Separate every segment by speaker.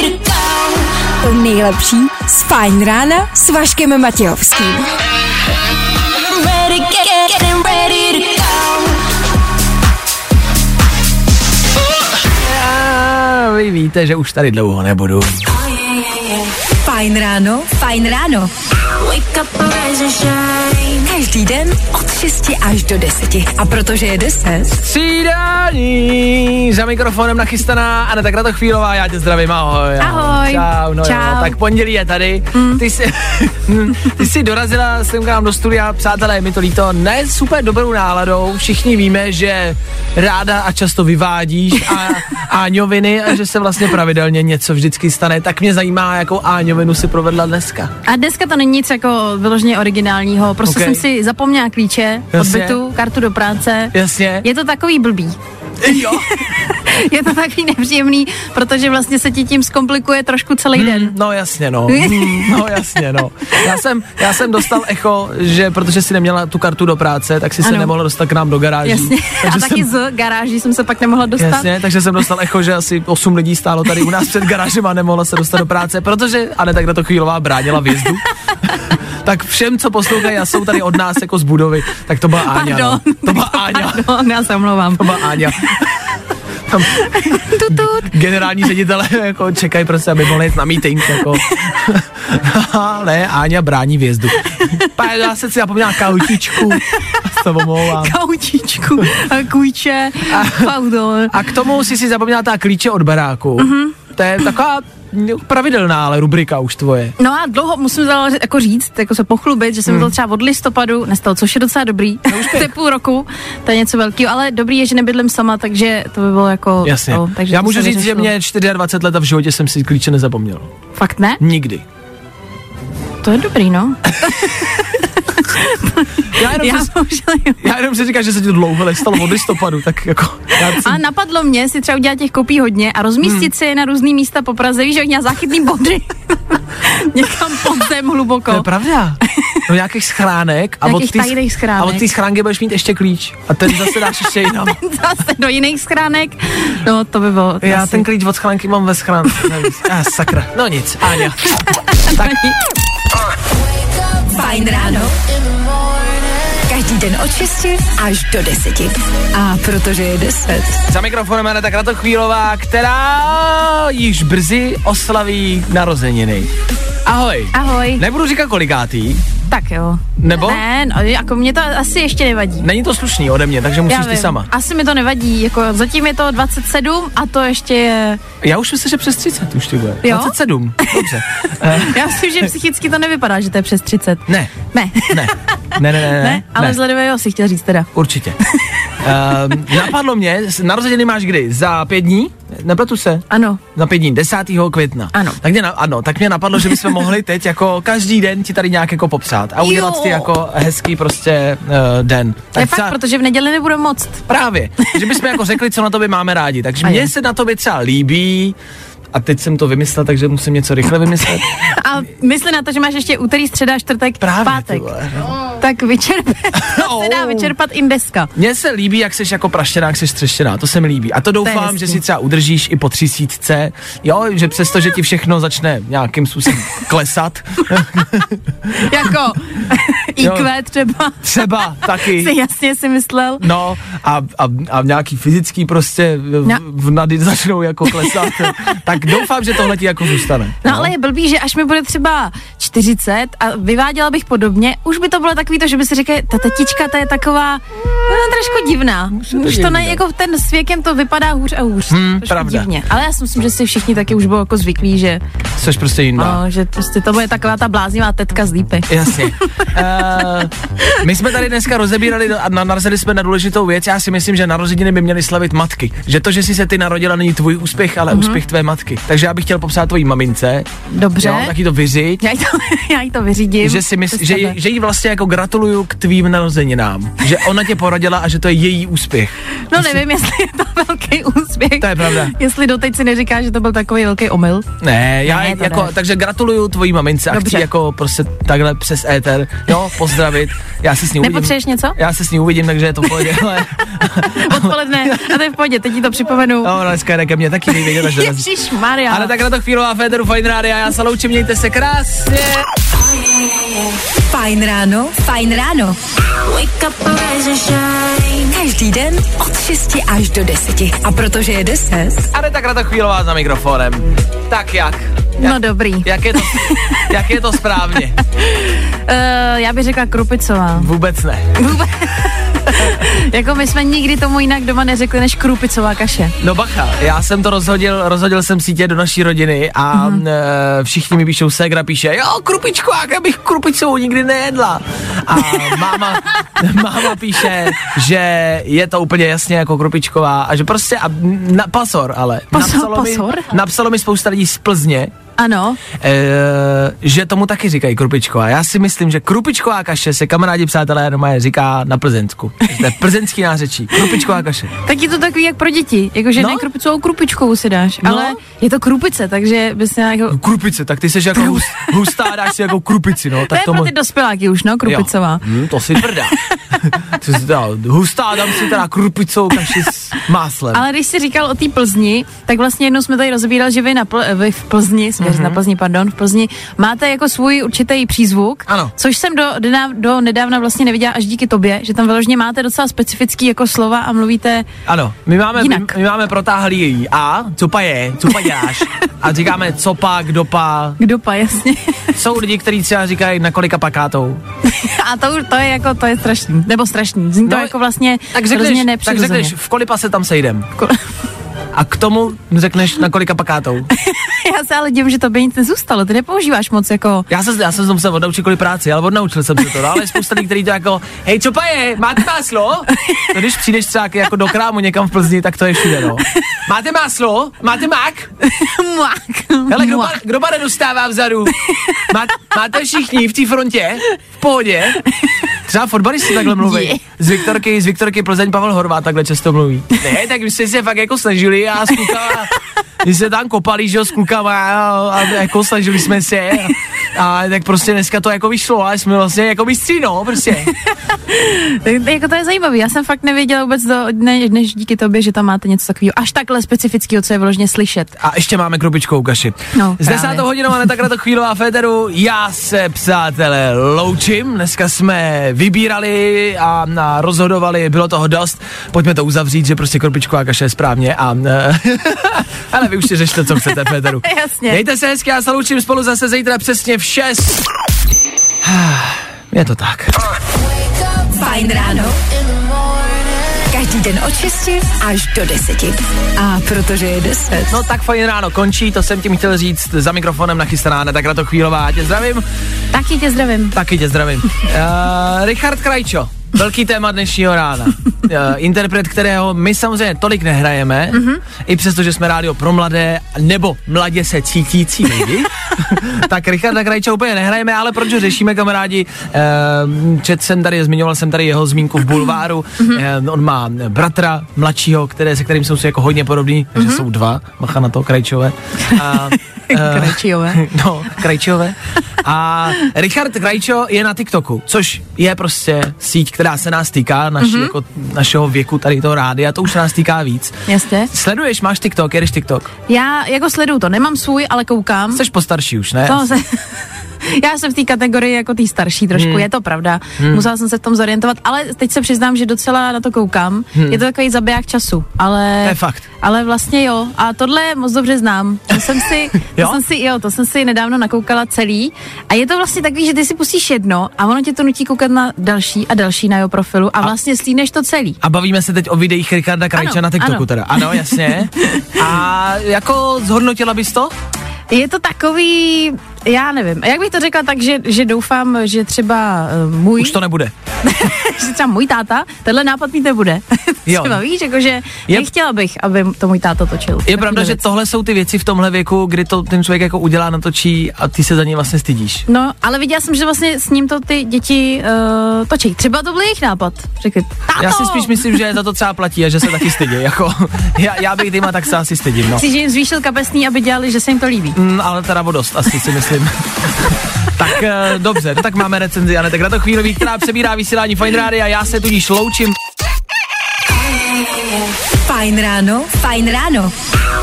Speaker 1: to go.
Speaker 2: To nejlepší z Fajn rána s Vaškem Matějovským.
Speaker 1: I'm ready, get, get, getting ready to go.
Speaker 3: A vy víte, že už tady dlouho nebudu.
Speaker 2: Fajn ráno, Fajn ráno.
Speaker 1: Wake up, rise and shine.
Speaker 2: Každý den od 6 až do 10. A protože je 10,
Speaker 3: Střídání za mikrofonem nachystaná Aneta Kratochvílová, já tě zdravím, ahoj.
Speaker 2: Ahoj.
Speaker 3: Čau, no
Speaker 2: Čau. Mm.
Speaker 3: Jo, tak pondělí je tady. Ty, jsi, ty jsi dorazila sem k nám do studia, přátelé, je mi to líto, ne s super dobrou náladou, všichni víme, že ráda a často vyvádíš a, áňoviny a že se vlastně pravidelně něco vždycky stane, tak mě zajímá, jakou áňovinu si provedla dneska.
Speaker 4: A dneska to není nic jako vyloženě originálního, prostě
Speaker 3: Ok.
Speaker 4: jsem si zapomněla klíče od
Speaker 3: Jasně.
Speaker 4: bytu, kartu do práce.
Speaker 3: Jasně.
Speaker 4: Je to takový blbý.
Speaker 3: Jo.
Speaker 4: Je to takový nepříjemný, protože vlastně se ti tím zkomplikuje trošku celý den.
Speaker 3: No jasně, no. Hmm, No jasně, no. Já jsem, já jsem dostal echo, že protože si neměla tu kartu do práce, tak si se
Speaker 4: Ano.
Speaker 3: nemohla dostat k nám do garáží.
Speaker 4: Jasně. A
Speaker 3: jsem,
Speaker 4: taky z garáží jsem se pak nemohla dostat.
Speaker 3: jasně, takže jsem dostal echo, že asi 8 lidí stálo tady u nás před garážem a nemohla se dostat do práce, protože Aneta Grato Chvílová bránila vjezdu. tak všem, co poslouchají a jsou tady od nás jako z budovy, tak to byla Áňa.
Speaker 4: Pardon.
Speaker 3: No. To byla Áňa.
Speaker 4: Pardon, já se omlouvám.
Speaker 3: To byla Áňa. Tam
Speaker 4: Tutut.
Speaker 3: generální ředitele jako čekají prostě, aby mohli jít na meeting. Jako. Ale Áňa brání vjezdu. Pane, já jsem si zapomněla kautičku. Se omlouvám.
Speaker 4: Kaučičku, a kůjče, pardon.
Speaker 3: A k tomu si si zapomněla ta klíče od baráku. Mm-hmm.
Speaker 4: Mhm.
Speaker 3: To je taková pravidelná, ale rubrika už tvoje.
Speaker 4: No a dlouho musím za- jako říct, jako se pochlubit, že jsem
Speaker 3: Hmm.
Speaker 4: byl třeba od listopadu, nestalo, což je docela dobrý. to je půl roku, to je něco velkého, ale dobrý je, že nebydlím sama, takže to by bylo jako...
Speaker 3: Jasně.
Speaker 4: To, takže
Speaker 3: Já
Speaker 4: to
Speaker 3: můžu
Speaker 4: se
Speaker 3: říct, že
Speaker 4: vyřešilo.
Speaker 3: mě 24 let a v životě jsem si klíče nezapomněl.
Speaker 4: Fakt ne?
Speaker 3: Nikdy.
Speaker 4: To je dobrý, no.
Speaker 3: Já jenom,
Speaker 4: Já
Speaker 3: já... Si,
Speaker 4: bohužel jo.
Speaker 3: já jenom si říkám, že se ti to dlouho nestalo od listopadu, tak jako... Já si...
Speaker 4: A napadlo mě si třeba udělat těch kopí hodně a
Speaker 3: Hmm.
Speaker 4: rozmístit si je na různý místa po Praze, víš, že měla záchytný body. Někam pod zem
Speaker 3: To je
Speaker 4: hluboko.
Speaker 3: pravda. No nějakých schránek. A
Speaker 4: Nějakých
Speaker 3: od tý-
Speaker 4: tajných schránek.
Speaker 3: A od té schránky budeš mít ještě klíč. A ten zase dáš ještě jinam.
Speaker 4: Zase do jiných schránek. No, to by bylo. to
Speaker 3: Já
Speaker 4: asi-
Speaker 3: ten klíč od schránky mám ve schránce. Nevím. Ah, sakra. No nic, Áňa. Tak
Speaker 2: Fajn ráno. Každý den od 6 až do 10. A protože je 10,
Speaker 3: za mikrofonem Aneta Kratochvílová, která již brzy oslaví narozeniny. Ahoj.
Speaker 4: Ahoj.
Speaker 3: Nebudu říkat kolikátý,
Speaker 4: Tak jo.
Speaker 3: nebo?
Speaker 4: Ne, no, jako mě to asi ještě nevadí.
Speaker 3: Není to slušný ode mě, takže
Speaker 4: Já
Speaker 3: musíš ty
Speaker 4: vím.
Speaker 3: sama.
Speaker 4: Asi mi to nevadí, jako zatím je to 27 a to ještě je,
Speaker 3: Já už myslím, že přes 30 už ty bude.
Speaker 4: Jo?
Speaker 3: 27. Dobře. Eh,
Speaker 4: já myslím, že psychicky to nevypadá, že to je přes 30.
Speaker 3: Ne,
Speaker 4: Ne,
Speaker 3: ne, ne, ne, ne. ne,
Speaker 4: ne, ale vzhledem jo, si chtěl říct teda.
Speaker 3: Určitě. um, napadlo mě, s- narozeniny máš kdy? Za pět dní? Nepletu se?
Speaker 4: Ano,
Speaker 3: Za pět dní, 10. května.
Speaker 4: Ano.
Speaker 3: Tak mě, na- ano, tak mě napadlo, že bychom mohli teď jako každý den ti tady nějak jako popřát a udělat
Speaker 4: Jo.
Speaker 3: ti jako hezký prostě uh, den.
Speaker 4: to je fakt,
Speaker 3: třeba-
Speaker 4: protože v neděli nebudu moc.
Speaker 3: Právě, že bychom jako řekli, co na tobě máme rádi. Takže
Speaker 4: A
Speaker 3: mně
Speaker 4: je.
Speaker 3: se na tobě třeba líbí, a teď jsem to vymyslel, takže musím něco rychle vymyslet.
Speaker 4: A mysli na to, že máš ještě úterý, středa, čtvrtek,
Speaker 3: Právě, ty
Speaker 4: pátek.
Speaker 3: vole, no.
Speaker 4: Tak vyčerpe, to se dá
Speaker 3: Oh.
Speaker 4: vyčerpat i dneska.
Speaker 3: Mně se líbí, jak jsi jako praštěná, jak jsi střeštěná, to se mi líbí. A to doufám,
Speaker 4: hezký.
Speaker 3: že si třeba udržíš i po třicítce, jo, že přesto, že ti všechno začne nějakým způsobem klesat,
Speaker 4: Jako IQ třeba.
Speaker 3: třeba
Speaker 4: Si
Speaker 3: taky.
Speaker 4: jasně si myslel.
Speaker 3: No a, a, a nějaký fyzický prostě v,
Speaker 4: No.
Speaker 3: v nady začnou jako klesat, tak doufám, že tohle ti jako zůstane.
Speaker 4: No ale je blbý, že až mi bude třeba 40 a vyváděla bych podobně, už by to bylo takový to, že by si říkali, ta tetička, ta je taková no, trošku divná. Už to ne, jako ten s věkem to vypadá hůř a hůř. Hmm,
Speaker 3: pravda.
Speaker 4: Divně. Ale já si myslím, že si všichni taky už bylo jako zvyklí, že
Speaker 3: Což prostě jiná.
Speaker 4: No, že prostě to bude taková ta bláznivá tetka z lípy.
Speaker 3: Jasně. Uh, my jsme tady dneska rozebírali do- a na- narazili jsme na důležitou věc. Já si myslím, že narozeniny by měly slavit matky. Že to, že jsi se ty narodila, není tvůj úspěch, ale mm-hmm.
Speaker 4: Mhm.
Speaker 3: úspěch tvé matky. Takže já bych chtěl popsat tvojí mamince.
Speaker 4: Dobře.
Speaker 3: Jo, taky to vyřiď.
Speaker 4: Já jí to, já jí to vyřídím.
Speaker 3: Že, si mysl,
Speaker 4: Přes
Speaker 3: že,
Speaker 4: tebe.
Speaker 3: jí- že jí vlastně jako gratuluju k tvým narozeninám. Že ona tě poradila a že to je její úspěch.
Speaker 4: No nevím, jestli je to velký úspěch.
Speaker 3: To je pravda.
Speaker 4: Jestli doteď si neříká, že to byl takový velký omyl.
Speaker 3: Ne, já
Speaker 4: Ne,
Speaker 3: ne,
Speaker 4: to
Speaker 3: jako,
Speaker 4: ne.
Speaker 3: takže gratuluju tvojí mamince a
Speaker 4: Dobře.
Speaker 3: chci jako prostě takhle přes éter, jo, pozdravit. Já se s ní uvidím.
Speaker 4: Nepotřebuješ něco?
Speaker 3: Já se s ní uvidím, takže je to v pohodě, ale
Speaker 4: Odpoledne, a to je v pohodě, teď ti to připomenu.
Speaker 3: no, ona dneska jde ke mně taky nejvědět, až dorazí.
Speaker 4: Ježíš Maria.
Speaker 3: Ale tak na to chvílová Féteru Fajn Rádia, já se loučím, mějte se krásně.
Speaker 2: Fajn ráno, fajn ráno.
Speaker 1: Wake up and rise and shine.
Speaker 2: Každý den od 6 až do 10. A protože je 10,
Speaker 3: Ale tak na to chvílová za mikrofonem. Tak jak? jak
Speaker 4: No dobrý.
Speaker 3: jak je, to, jak je to správně?
Speaker 4: Eh, já bych řekla Krupicová.
Speaker 3: Vůbec ne.
Speaker 4: Jako my jsme nikdy tomu jinak doma neřekli, než Krupicová kaše.
Speaker 3: No bacha, já jsem to rozhodil, rozhodil jsem sítě do naší rodiny a
Speaker 4: Mhm.
Speaker 3: mm-hmm. e, všichni mi píšou, ségra píše, jo, krupičku, jak já bych krupicovou nikdy nejedla. A máma, máma píše, že je to úplně jasně jako krupičková a že prostě, a, na, pasor ale.
Speaker 4: Pozor,
Speaker 3: napsalo,
Speaker 4: pozor.
Speaker 3: Mi, napsalo mi spousta lidí z Plzně,
Speaker 4: Ano,
Speaker 3: Eh, že tomu taky říkají krupičková. Já si myslím, že krupičková kaše se kamarádi přátelé doma říká na plzeňsku. To je plzeňský nářečí. Krupičková kaše.
Speaker 4: tak je to takový jak pro děti, jakože
Speaker 3: No.
Speaker 4: no? ne krupicovou krupičkou si dáš,
Speaker 3: No.
Speaker 4: no? ale je to krupice, takže bys měla jako...
Speaker 3: Krupice, tak ty jsi jako hus, hustá, dáš si jako krupici, no.
Speaker 4: To
Speaker 3: Tak
Speaker 4: je pro ty dospěláky už, no, krupicová.
Speaker 3: Jo. Hm, to si tvrdá. Co si teda, hustá, dám si teda krupicou kaši s máslem. Ale...
Speaker 4: Ale když jsi říkal o té Plzni, tak vlastně jednou jsme tady rozbírali, že vy, na Pl- eh, vy v Plzni, jsme
Speaker 3: Mhm.
Speaker 4: mm-hmm. na Plzni, pardon, v Plzni, máte jako svůj určitý přízvuk,
Speaker 3: Ano.
Speaker 4: což jsem do, do, náv- do nedávna vlastně neviděla až díky tobě, že tam vyloženě máte docela specifický jako slova a mluvíte,
Speaker 3: Ano, my máme, my,
Speaker 4: Jinak.
Speaker 3: my máme protáhlý její a, co pa je, co pa děláš. A říkáme, co pa, kdo pa.
Speaker 4: kdo pa, jasně.
Speaker 3: Jsou lidi, kteří třeba říkají, na kolika pakátou.
Speaker 4: a to, už- to je jako, to je strašný, nebo strašný, zní to
Speaker 3: No,
Speaker 4: jako vlastně
Speaker 3: Tak řekneš,
Speaker 4: hrozně
Speaker 3: tak
Speaker 4: nepřirozeně.
Speaker 3: řekneš v kolipa se tam sejdem.
Speaker 4: Ko-
Speaker 3: A k tomu řekneš, na kolika pakátou.
Speaker 4: Já se ale divím, že to by nic nezůstalo, ty nepoužíváš moc jako...
Speaker 3: Já jsem, já jsem se musel odnaučit kvůli práci, ale odnaučil jsem se to, no, ale je spousta lidí, který to jako, hej, co pa je, máte máslo? To když přijdeš třeba k- jako do krámu někam v Plzni, tak to je všude, no. Máte máslo? Máte mak?
Speaker 4: Muak.
Speaker 3: Hele, kdo,
Speaker 4: muak.
Speaker 3: bar, kdo bare dostává vzadu? Má, máte všichni v té frontě? V pohodě? Třeba fotbalisti takhle
Speaker 4: Je.
Speaker 3: mluví. Z Viktorky, z Viktorky Plzeň Pavel Horvát takhle často mluví. Ne, tak vy jste se fakt jako snažili a s klukama, my se tam kopali, že jo, s klukama a, a jako snažili jsme se. A, a tak prostě dneska to jako vyšlo a jsme vlastně jako mistři, no, prostě.
Speaker 4: Tak, jako to je zajímavé. Já jsem fakt nevěděla vůbec do, ne, než díky tobě, že tam máte něco takového až takhle specifického, co je vložně slyšet.
Speaker 3: A ještě máme krupičkou kaši.
Speaker 4: No,
Speaker 3: Z 10.
Speaker 4: právě.
Speaker 3: hodinou a na takhle to chvílová féteru. Já se, přátelé, loučím. Dneska jsme vybírali a, a rozhodovali, bylo toho dost. Pojďme to uzavřít, že prostě krupičková kaše je správně. A, eh, ale vy už si řešte, co chcete, féteru.
Speaker 4: Jasně.
Speaker 3: Mějte se hezky, já se loučím spolu zase zítra přesně v 6. Je to tak.
Speaker 2: fajn ráno. Každý den od 6 až do 10. A protože je 10,
Speaker 3: No tak fajn ráno končí, to jsem tím chtěl říct za mikrofonem nachystaná, na takhle to chvílová. Tě zdravím.
Speaker 4: Taky tě zdravím.
Speaker 3: Taky tě zdravím. Uh, Richard Krajčo, velký téma dnešního rána. Uh, interpret, kterého my samozřejmě tolik nehrajeme, mm-hmm. i přesto, že jsme rádio pro mladé, nebo mladě se cítící lidi, tak Richarda Krajča úplně nehrajeme, ale proč ho řešíme, kamarádi? Uh, čet jsem tady, zmiňoval jsem tady jeho zmínku v bulváru. Mm-hmm. Uh, on má bratra mladšího, které, se kterým jsou si jako hodně podobní, mm-hmm. že jsou dva, macha na to, Krajčové. A, eh,
Speaker 4: Krečijové.
Speaker 3: No, Krajčové. A Richard Krajčo je na TikToku, což je prostě síť, která se nás týká, naši,
Speaker 4: Mhm.
Speaker 3: mm-hmm. jako, našeho věku tady toho rády a to už nás týká víc.
Speaker 4: Jasně.
Speaker 3: Sleduješ, máš TikTok, jedeš TikTok.
Speaker 4: Já jako sleduju to, nemám svůj, ale koukám.
Speaker 3: Jsi postarší už, ne?
Speaker 4: To se, já jsem v té kategorii jako tý starší trošku,
Speaker 3: Hmm.
Speaker 4: je to pravda. Musela jsem se v tom zorientovat, ale teď se přiznám, že docela na to koukám. Je to takový zabiják času, ale...
Speaker 3: Hmm. To je fakt.
Speaker 4: Ale vlastně jo, a tohle moc dobře znám. To jsem si, to
Speaker 3: Jo?
Speaker 4: jsem si, jo, to jsem si nedávno nakoukala celý. A je to vlastně takový, že ty si pustíš jedno a ono tě to nutí koukat na další a další na jeho profilu a, vlastně slíneš to celý.
Speaker 3: A bavíme se teď o videích Richarda Krajča
Speaker 4: Ano,
Speaker 3: na TikToku
Speaker 4: ano.
Speaker 3: teda. Ano, jasně. A jako zhodnotila bys to?
Speaker 4: Je to takový, já nevím, jak bych to řekla tak, že, že doufám, že třeba eh, můj,
Speaker 3: Už to nebude.
Speaker 4: že třeba můj táta, tenhle nápad mít nebude.
Speaker 3: Jo.
Speaker 4: třeba víš, jakože
Speaker 3: Je-
Speaker 4: je... nechtěla bych, aby to můj táta točil.
Speaker 3: Je pravda, že tohle jsou ty věci v tomhle věku, kdy to ten člověk jako udělá, natočí a ty se za ně vlastně stydíš.
Speaker 4: No, ale viděla jsem, že vlastně s ním to ty děti uh, točí. Třeba to byl jejich nápad. Řekli, táto!
Speaker 3: Já si spíš myslím, že za to třeba platí a že se taky stydí. Jako, já, já bych týma, tak se asi stydím. No.
Speaker 4: Chci, že jim zvýšil kapesný, aby dělali, že se jim to líbí.
Speaker 3: Mm, ale teda o dost, asi si myslím. tak eh, dobře, no tak máme recenzi, Anetek na to chvílový, která přebírá vysílání Fine Radio a já se tudíž loučím.
Speaker 2: Fajn ráno, fajn ráno.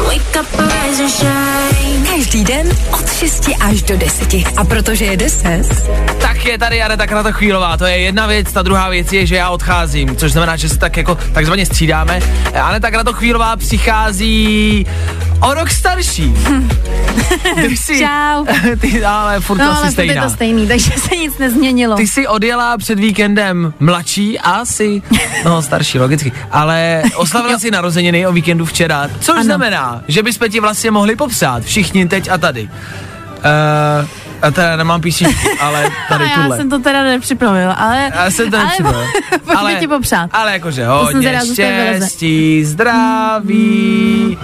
Speaker 1: Wake up, rise and shine.
Speaker 2: Každý den od 6 až do 10. A protože je 10,
Speaker 3: Tak je tady Anetek na to chvílová, to je jedna věc, ta druhá věc je, že já odcházím, což znamená, že se tak jako takzvaně střídáme. Eh, Anetek na to chvílová přichází o rok starší. Ty jsi,
Speaker 4: Čau.
Speaker 3: ty, ale furt
Speaker 4: No,
Speaker 3: asi
Speaker 4: ale furt je
Speaker 3: stejná.
Speaker 4: to stejný, takže se nic nezměnilo.
Speaker 3: Ty jsi odjela před víkendem mladší a si, no starší, logicky, ale oslavila si narozeniny o víkendu včera, což ano.
Speaker 4: Ano.
Speaker 3: znamená, že bychom ti vlastně mohli popsat všichni teď a tady. Uh, a teda nemám písničku, ale tady
Speaker 4: a já
Speaker 3: tuhle.
Speaker 4: jsem to teda nepřipravila, ale...
Speaker 3: já jsem to
Speaker 4: ale
Speaker 3: nepřipravil.
Speaker 4: Pojďme ti popřát.
Speaker 3: Ale jakože
Speaker 4: jsem
Speaker 3: hodně
Speaker 4: teda zůstala vyleze.
Speaker 3: štěstí, zdraví,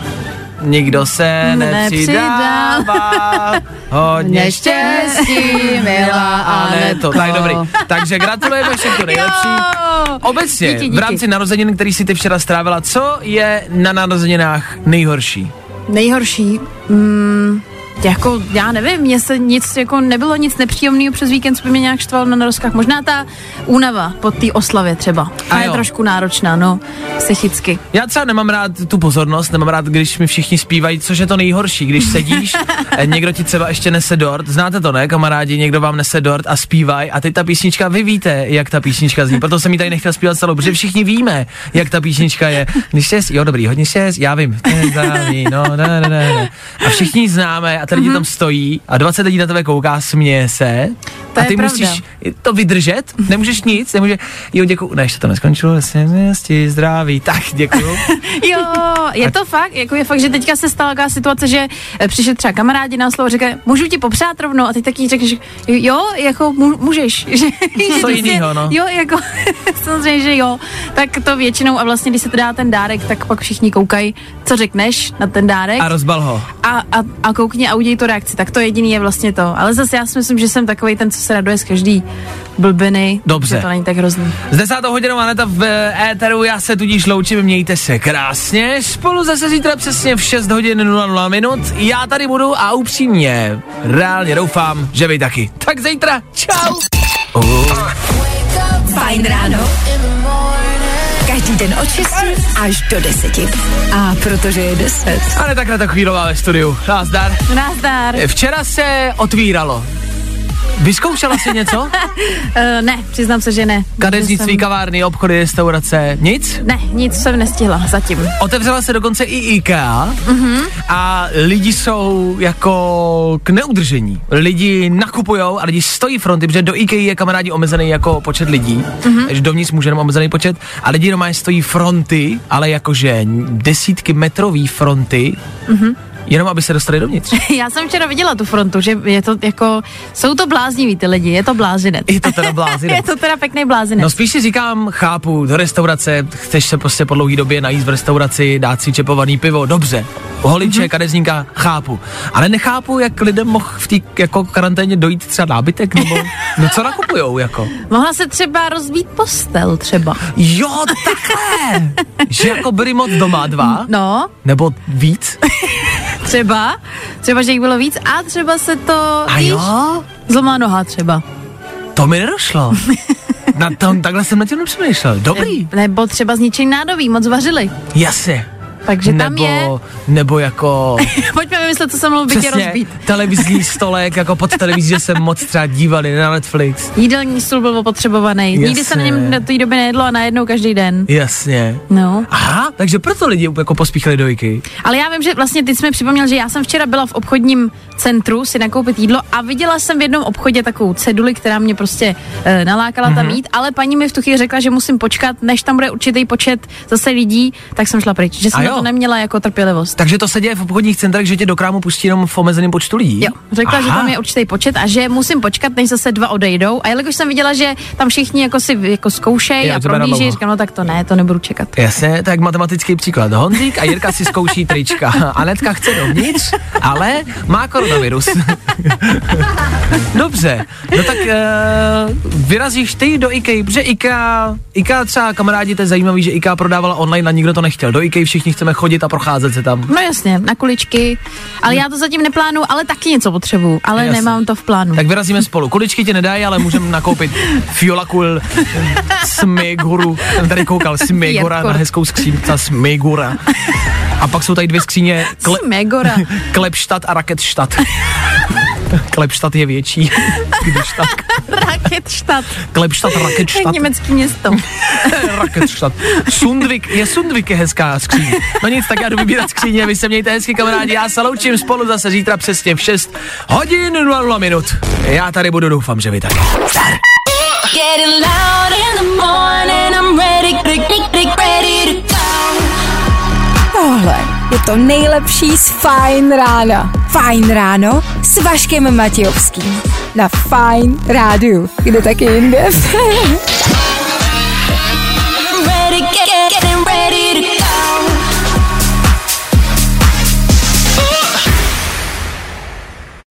Speaker 4: Hmm.
Speaker 3: nikdo se
Speaker 4: nepřidal.
Speaker 3: nepřidává, hodně štěstí.
Speaker 4: milá
Speaker 3: Ale to, tak dobrý. Takže gratulujeme všechno nejlepší.
Speaker 4: Jo.
Speaker 3: Obecně,
Speaker 4: No. Díky, díky.
Speaker 3: v rámci narozenin, který si ty včera strávila, co je na narozeninách nejhorší?
Speaker 4: Nejhorší? Mm, jako, já nevím, mně se nic, jako nebylo nic nepříjemného přes víkend, co by mě nějak štvalo na narozkách. Možná ta únava po té oslavě třeba.
Speaker 3: A
Speaker 4: Ta je
Speaker 3: jo.
Speaker 4: trošku náročná, no, psychicky.
Speaker 3: Já třeba nemám rád tu pozornost, nemám rád, když mi všichni zpívají, což je to nejhorší, když sedíš, eh, někdo ti třeba ještě nese dort, znáte to, ne, kamarádi, někdo vám nese dort a zpívají a teď ta písnička, vy víte, jak ta písnička zní, proto jsem ji tady nechtěl zpívat celou, protože všichni víme, jak ta písnička je. Když šest, jo dobrý, hodně šest, já vím, Nezáví, no, ne, ne, ne, ne. A všichni ji známe a ty
Speaker 4: Mhm.
Speaker 3: lidi tam stojí a 20 lidí na tebe kouká, směje se.
Speaker 4: To
Speaker 3: a
Speaker 4: je
Speaker 3: ty
Speaker 4: pravda.
Speaker 3: musíš to vydržet, nemůžeš nic, nemůže, jo děkuju, ne, ještě to neskončilo, jasně, zdraví, tak děkuju.
Speaker 4: Jo, je to fakt, jako je fakt, že teďka se stala taková situace, že eh, přišli třeba kamarádi na slovo a říkají, můžu ti popřát rovnou a ty taky řekneš, jo, jako mu- můžeš. Že, že
Speaker 3: Co
Speaker 4: prostě-
Speaker 3: jinýho, no.
Speaker 4: Jo, jako samozřejmě, že jo. Tak to většinou a vlastně, když se to dá ten dárek, tak pak všichni koukají, co řekneš na ten dárek
Speaker 3: A
Speaker 4: a,
Speaker 3: rozbal ho.
Speaker 4: a, a, a koukni a uděj to reakci. Tak to jediný je vlastně to. Ale zase já si myslím, že jsem takový ten, co se raduje z každý blbiny.
Speaker 3: Dobře.
Speaker 4: Že to není tak hrozný.
Speaker 3: S desátou hodinou Aneta v eh, éteru, já se tudíž loučím, mějte se krásně. Spolu zase zítra přesně v 6 hodin 00 minut. Já tady budu a upřímně, reálně doufám, že vy taky. Tak zítra, čau!
Speaker 2: fajn ráno. Každý den od 6 až do 10. A protože je 10,
Speaker 3: Aneta Krata Chvílová ve studiu. Nazdar.
Speaker 4: No, Nazdar.
Speaker 3: Eh, Včera se otvíralo. Vyzkoušela jsi něco?
Speaker 4: Uh, ne, přiznám se, že ne. Že
Speaker 3: Kadeřnictví,
Speaker 4: jsem-
Speaker 3: kavárny, obchody, restaurace, nic?
Speaker 4: Ne, nic jsem nestihla zatím.
Speaker 3: Otevřela se dokonce i IKEA
Speaker 4: Mhm.
Speaker 3: a lidi jsou jako k neudržení. Lidi nakupujou a lidi stojí fronty, protože do IKEA je kamarádi omezený jako počet lidí,
Speaker 4: Mhm.
Speaker 3: takže dovnitř může jenom omezený počet a lidi doma stojí fronty, ale jakože desítky metrový fronty,
Speaker 4: Mhm.
Speaker 3: jenom aby se dostali dovnitř.
Speaker 4: Já jsem včera viděla tu frontu, že je to jako, jsou to blázniví ty lidi, je to blázinec.
Speaker 3: Je to teda blázinec.
Speaker 4: je to teda pěkný blázinec.
Speaker 3: No spíš si říkám, chápu, do restaurace, chceš se prostě po dlouhý době najíst v restauraci, dát si čepovaný pivo, dobře. Holiče,
Speaker 4: Mhm.
Speaker 3: mm-hmm. kadezníka, chápu. Ale nechápu, jak lidem mohl v té jako karanténě dojít třeba nábytek, nebo no co nakupujou jako.
Speaker 4: Mohla se třeba rozbít postel třeba.
Speaker 3: Jo, takhle! že jako byli moc doma dva,
Speaker 4: No,
Speaker 3: nebo víc.
Speaker 4: třeba, třeba, že jich bylo víc a třeba se to,
Speaker 3: A
Speaker 4: víš,
Speaker 3: jo,
Speaker 4: zlomá noha třeba.
Speaker 3: to mi nedošlo. Na tom, takhle jsem na tím nepřemýšlel. Dobrý,
Speaker 4: Nebo třeba zničení nádobí, moc vařili.
Speaker 3: jasně.
Speaker 4: Takže tam
Speaker 3: nebo,
Speaker 4: je-
Speaker 3: nebo jako
Speaker 4: Pojďme vymyslet, co se mnou v bytě rozbít.
Speaker 3: televizní stolek, jako pod televizí, že se moc třeba dívali na Netflix.
Speaker 4: Jídelní stůl byl opotřebovaný. Nikdy se na něm
Speaker 3: Jasně.
Speaker 4: do té doby nejedlo a najednou každý den.
Speaker 3: Jasně.
Speaker 4: No.
Speaker 3: Aha, takže proto lidi jako pospíchali do IKEA.
Speaker 4: Ale já vím, že vlastně ty jsi mi připomněl, že já jsem včera byla v obchodním centru si nakoupit jídlo a viděla jsem v jednom obchodě takovou ceduli, která mě prostě e, nalákala tam
Speaker 3: Mhm.
Speaker 4: jít, ale paní mi v tu chvíli řekla, že musím počkat, než tam bude určitý počet zase lidí, tak jsem šla pryč. Že
Speaker 3: A
Speaker 4: jsem
Speaker 3: jo?
Speaker 4: to to neměla jako trpělivost.
Speaker 3: Takže to se děje v obchodních centrech, že tě do krámu pustí jenom v omezeném počtu lidí?
Speaker 4: Jo, řekla,
Speaker 3: Hm? Aha.
Speaker 4: že tam je určitý počet a že musím počkat, než zase dva odejdou. A jelikož jsem viděla, že tam všichni jako si jako zkoušej
Speaker 3: Jo,
Speaker 4: a
Speaker 3: to bere na
Speaker 4: prohlíží,
Speaker 3: dlouho.
Speaker 4: říkám, no tak to ne, to nebudu čekat.
Speaker 3: Jasně, tak matematický příklad. Honzík a Jirka si zkouší trička. Anetka chce dovnitř, ale má koronavirus. Dobře, no tak uh, vyrazíš ty do IKEA, protože IKEA, IKEA třeba kamarádi, to je zajímavý, že IKEA prodávala online a nikdo to nechtěl. Do IKEA všichni chceme chodit a procházet se tam.
Speaker 4: No jasně, na kuličky, ale já to zatím neplánu, ale taky něco potřebuju, ale
Speaker 3: Jasně.
Speaker 4: nemám to v plánu.
Speaker 3: Tak vyrazíme spolu. Kuličky ti nedají, ale můžeme nakoupit Fiolakul Smiguru. Jsem tady koukal Smigura na
Speaker 4: Jirko.
Speaker 3: hezkou skřínka Smigura. A pak jsou tady dvě skříně kle,
Speaker 4: Megora.
Speaker 3: Klepštat a Raketštat. Klepštat je větší. Když tak.
Speaker 4: Raketstadt,
Speaker 3: Klepštat,
Speaker 4: to je
Speaker 3: Raketštat,
Speaker 4: německý město.
Speaker 3: Raketštat. Sundvik, je Sundvik je hezká skříň. No nic, tak já jdu vybírat skříně, vy se mějte hezky kamarádi, já se loučím spolu zase zítra přesně v 6 hodin 0 minut. Já tady budu, doufám, že vy taky.
Speaker 1: Getting loud in the morning, I'm ready, ready, ready, ready to go.
Speaker 2: Tohle je to nejlepší z Fajn rána. Fajn ráno s Vaškem Matějovským. Na Fajn rádu. Kde taky jinde?